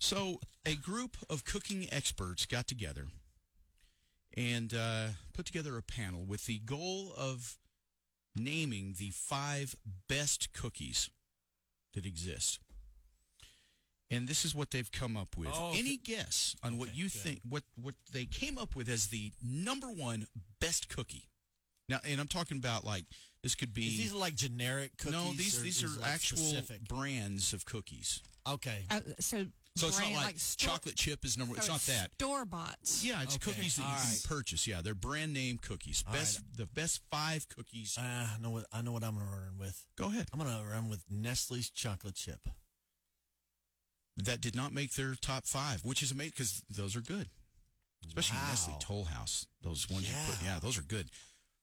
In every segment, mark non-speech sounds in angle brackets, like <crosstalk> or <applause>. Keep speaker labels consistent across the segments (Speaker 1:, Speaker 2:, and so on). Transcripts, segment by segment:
Speaker 1: So, a group of cooking experts got together and uh, put together a panel with the goal of naming the five best cookies that exist. And this is what they've come up with.
Speaker 2: Oh,
Speaker 1: Any guess on what
Speaker 2: Okay,
Speaker 1: you
Speaker 2: good.
Speaker 1: think what what they came up with as the number one best cookie? Now, and I'm talking about like this could be
Speaker 2: Is these like generic cookies?
Speaker 1: no these
Speaker 2: or
Speaker 1: these
Speaker 2: is
Speaker 1: are
Speaker 2: it, like,
Speaker 1: actual
Speaker 2: specific?
Speaker 1: brands of cookies.
Speaker 2: Okay.
Speaker 3: Uh, so
Speaker 1: So it's not
Speaker 3: brand-
Speaker 1: like,
Speaker 3: store-
Speaker 1: chocolate chip is number.
Speaker 3: so
Speaker 1: it's not that.
Speaker 3: store bots.
Speaker 1: Yeah, it's
Speaker 2: Okay,
Speaker 1: cookies that you
Speaker 2: all
Speaker 1: can
Speaker 2: right.
Speaker 1: purchase. Yeah, they're brand name cookies.
Speaker 2: All
Speaker 1: best the best five cookies.
Speaker 2: Uh, I know what I know what I'm gonna run with.
Speaker 1: Go ahead.
Speaker 2: I'm gonna run with Nestle's chocolate chip.
Speaker 1: That did not make their top five, which is amazing because those are good, especially
Speaker 2: Wow.
Speaker 1: Nestle Toll House. Those ones you put,
Speaker 2: Yeah.
Speaker 1: yeah, those are good.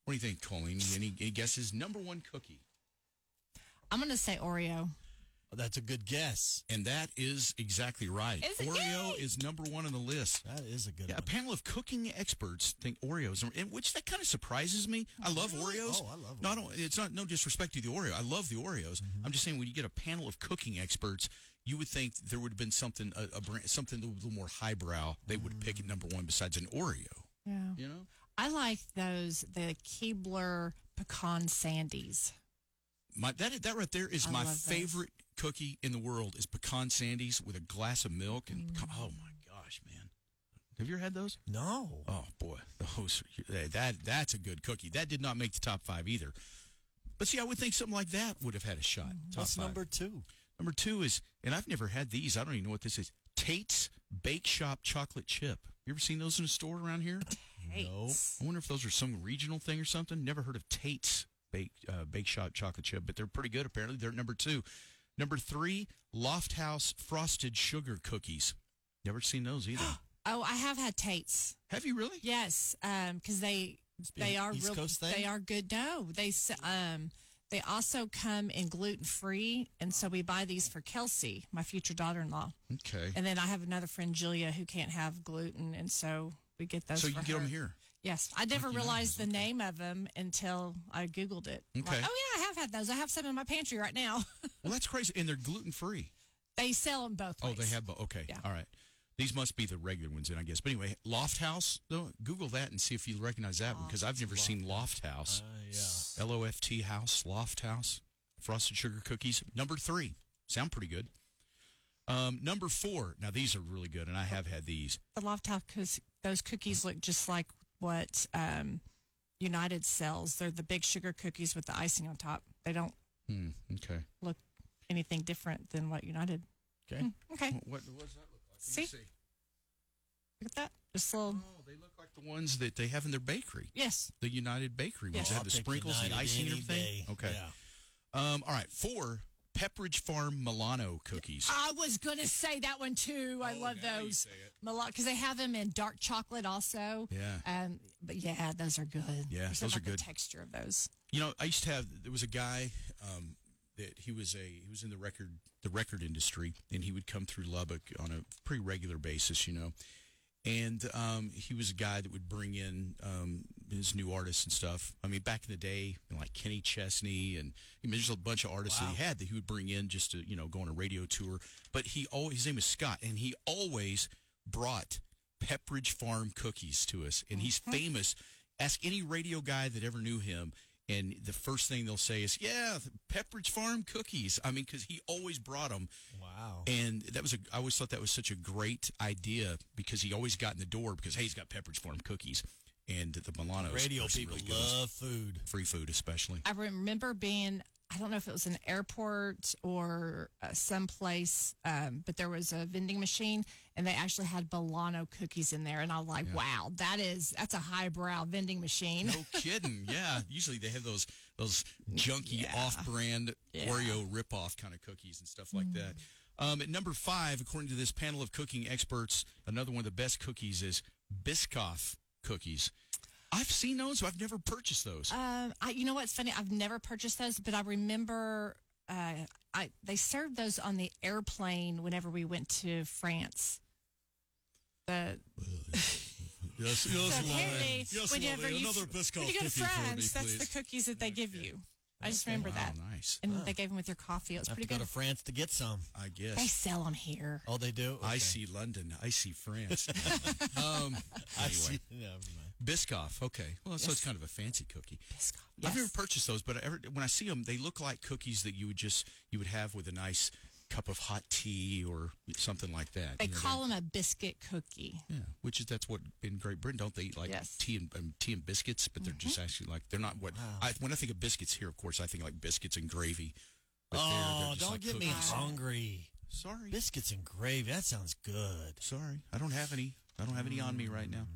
Speaker 1: What do you think, Colleen? Any, any guesses? Number one cookie,
Speaker 3: I'm gonna say Oreo.
Speaker 2: Oh, That's a good guess.
Speaker 1: and that is exactly right.
Speaker 3: Is it?
Speaker 1: Oreo
Speaker 3: Yay!
Speaker 1: is number one on the list.
Speaker 2: That is a good
Speaker 1: Yeah, a
Speaker 2: one.
Speaker 1: panel of cooking experts think Oreos, are- and which that kind of surprises me. I love
Speaker 2: Really?
Speaker 1: Oreos.
Speaker 2: Oh, I love
Speaker 1: No, I don't, it's not no disrespect to the Oreo. I love the Oreos. I'm just saying when you get a panel of cooking experts, you would think there would have been something a, a brand, something a little more highbrow they would pick at number one besides an Oreo.
Speaker 3: Yeah.
Speaker 1: You know,
Speaker 3: I like those the Keebler pecan sandies.
Speaker 1: my that that right there is
Speaker 3: I
Speaker 1: my
Speaker 3: love those.
Speaker 1: favorite cookie in the world is pecan sandies with a glass of milk and pecan- oh my gosh, man, have you ever had those?
Speaker 2: No.
Speaker 1: Oh boy, <laughs> those hey, that that's a good cookie. That did not make the top five either. But see, I would think something like that would have had a shot. Top
Speaker 2: What's
Speaker 1: five.
Speaker 2: number two?
Speaker 1: Number two is, and I've never had these. I don't even know what this is. Tate's Bake Shop chocolate chip. You ever seen those in a store around here?
Speaker 3: Tate's.
Speaker 1: I wonder if those are some regional thing or something. Never heard of Tate's Bake uh, Bake Shop chocolate chip, but they're pretty good apparently. They're at number two. Number three, Loft House frosted sugar cookies. Never seen those
Speaker 3: <gasps>
Speaker 1: either.
Speaker 3: Oh, I have had Tate's.
Speaker 1: have you really?
Speaker 3: Yes, um, because they
Speaker 2: Must be
Speaker 3: they
Speaker 2: an
Speaker 3: are
Speaker 2: East
Speaker 3: real.
Speaker 2: Coast thing?
Speaker 3: They are good. No, they s- um they also come in gluten free, and so we buy these for Kelsey, my future daughter in law.
Speaker 1: Okay.
Speaker 3: And then I have another friend Julia who can't have gluten, and so we get those.
Speaker 1: So you
Speaker 3: for
Speaker 1: can get
Speaker 3: her.
Speaker 1: them here.
Speaker 3: Yes, I never realized the name of them until I googled it. I'm
Speaker 1: Okay.
Speaker 3: Like, oh yeah, I have had those. I have some in my pantry right now. <laughs>
Speaker 1: Well, that's crazy, and they're gluten free.
Speaker 3: they sell them both.
Speaker 1: Oh,
Speaker 3: ways.
Speaker 1: they have. bo- Okay,
Speaker 3: Yeah.
Speaker 1: all right. These must be the regular ones, then I guess. But anyway, Loft House. Though, Google that and see if you recognize that one because I've never seen Loft House.
Speaker 2: Uh, yeah.
Speaker 1: L O F T House, Loft House, frosted sugar cookies. Number three, sound pretty good. Um, number four. Now these are really good, and I have had these.
Speaker 3: the loft top because those cookies look just like what um, United sells. They're the big sugar cookies with the icing on top. They don't
Speaker 1: Hmm, okay.
Speaker 3: look anything different than what United.
Speaker 1: Eh.
Speaker 2: Okay.
Speaker 3: Hmm. Okay,
Speaker 1: What, what what does that look like? Let me
Speaker 3: See? look at that. Just little.
Speaker 1: Oh, they look like the ones that they have in their bakery.
Speaker 3: Yes.
Speaker 1: The United Bakery ones
Speaker 3: Yes.
Speaker 1: that
Speaker 2: I'll
Speaker 1: have the
Speaker 2: take
Speaker 1: sprinkles and
Speaker 2: United
Speaker 1: icing and
Speaker 2: any
Speaker 1: everything.
Speaker 2: day.
Speaker 1: Okay.
Speaker 2: Yeah.
Speaker 1: Um, all right, four Pepperidge Farm Milano cookies.
Speaker 3: I was gonna say that one too. I
Speaker 1: Oh,
Speaker 3: love
Speaker 1: now you
Speaker 3: those
Speaker 1: say it.
Speaker 3: because they have them in dark chocolate also.
Speaker 1: Yeah.
Speaker 3: Um, but yeah, those are good.
Speaker 1: Yeah,
Speaker 3: There's
Speaker 1: those
Speaker 3: something
Speaker 1: are
Speaker 3: about the
Speaker 1: good.
Speaker 3: texture of those.
Speaker 1: You know, I used to have. There was a guy um, that he was a he was in the record the record industry, and he would come through Lubbock on a pretty regular basis. You know, and um, he was a guy that would bring in um, his new artists and stuff. I mean, back in the day, you know, like Kenny Chesney, and I mean, there's a bunch of artists that he had that he would bring in just to you know go on a radio tour. But he always his name is Scott, and he always brought Pepperidge Farm cookies to us, and he's
Speaker 2: Mm-hmm.
Speaker 1: famous. Ask any radio guy that ever knew him. And the first thing they'll say is, "Yeah, Pepperidge Farm cookies." I mean, because he always brought them,
Speaker 2: Wow.
Speaker 1: and that was a, I always thought that was such a great idea because he always got in the door because hey, he's got Pepperidge Farm cookies and the Milano
Speaker 2: Radio
Speaker 1: person
Speaker 2: people
Speaker 1: really goes.
Speaker 2: love food.
Speaker 1: free food, especially.
Speaker 3: I remember being, I don't know if it was an airport or uh, someplace, um, but there was a vending machine and they actually had Bolano cookies in there. And I'm like, wow, that is, that's a highbrow vending <laughs> machine.
Speaker 1: No kidding. Yeah, usually they have those those junky
Speaker 3: Yeah.
Speaker 1: off-brand
Speaker 3: Yeah. Mm.
Speaker 1: Oreo rip-off kind of cookies and stuff like that. Um, at number five, according to this panel of cooking experts, another one of the best cookies is Biscoff cookies. I've seen those, but I've never purchased those.
Speaker 3: Um, I, you know what's funny? I've never purchased those, but I remember uh, I they served those on the airplane whenever we went to France. The
Speaker 2: Yes, yes,
Speaker 3: so apparently, whenever you,
Speaker 2: biscuit
Speaker 3: when you go to France, that's the cookies that they give you. I just remember
Speaker 1: wow,
Speaker 3: that,
Speaker 1: nice.
Speaker 3: and they gave them with your coffee. It was
Speaker 2: I have
Speaker 3: pretty
Speaker 2: to go
Speaker 3: good.
Speaker 2: to France to get some.
Speaker 1: I
Speaker 3: They
Speaker 1: guess.
Speaker 3: sell them here.
Speaker 2: Oh, they do.
Speaker 1: I
Speaker 2: Okay.
Speaker 1: see London. I see
Speaker 3: <laughs>
Speaker 1: France. um,
Speaker 2: I
Speaker 1: anyway.
Speaker 2: see. Yeah, never mind.
Speaker 1: Biscoff. Okay. Well, so it's kind of a fancy cookie.
Speaker 3: Biscoff.
Speaker 1: I've never
Speaker 3: Yes.
Speaker 1: purchased those, but I ever, when I see them, they look like cookies that you would just you would have with a nice cup of hot tea or something like that.
Speaker 3: They
Speaker 1: you know,
Speaker 3: call them a biscuit cookie.
Speaker 1: Yeah, which is that's what in Great Britain don't they eat like
Speaker 3: Yes. Mm-hmm.
Speaker 1: tea and um, tea and biscuits? But they're just actually like they're not what
Speaker 2: Wow.
Speaker 1: I, when I think of biscuits here. Of course, I think like biscuits and gravy. But they're- they're
Speaker 2: Oh,
Speaker 1: just
Speaker 2: don't
Speaker 1: like
Speaker 2: get me
Speaker 1: cookies.
Speaker 2: hungry.
Speaker 1: Sorry,
Speaker 2: Biscuits and gravy. That sounds good.
Speaker 1: sorry. I don't have any. I don't have any on me right now.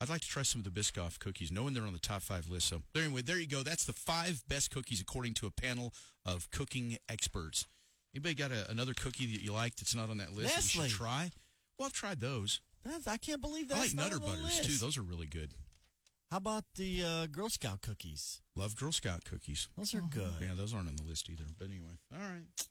Speaker 1: I'd like to try some of the Biscoff cookies, knowing they're on the top five list. So, there- anyway, there you go. That's the five best cookies according to a panel of cooking experts. Anybody got a, another cookie that you like that's not on that list? That you
Speaker 2: Nestle.
Speaker 1: should try. Well, I've tried those.
Speaker 2: That's, I can't believe
Speaker 1: I like
Speaker 2: that's not
Speaker 1: Nutter
Speaker 2: on the
Speaker 1: Butters
Speaker 2: list.
Speaker 1: too. Those are really good.
Speaker 2: How about the uh, Girl Scout cookies?
Speaker 1: Love Girl Scout cookies.
Speaker 2: Those are good.
Speaker 1: Yeah, those aren't on the list either. But anyway, all right.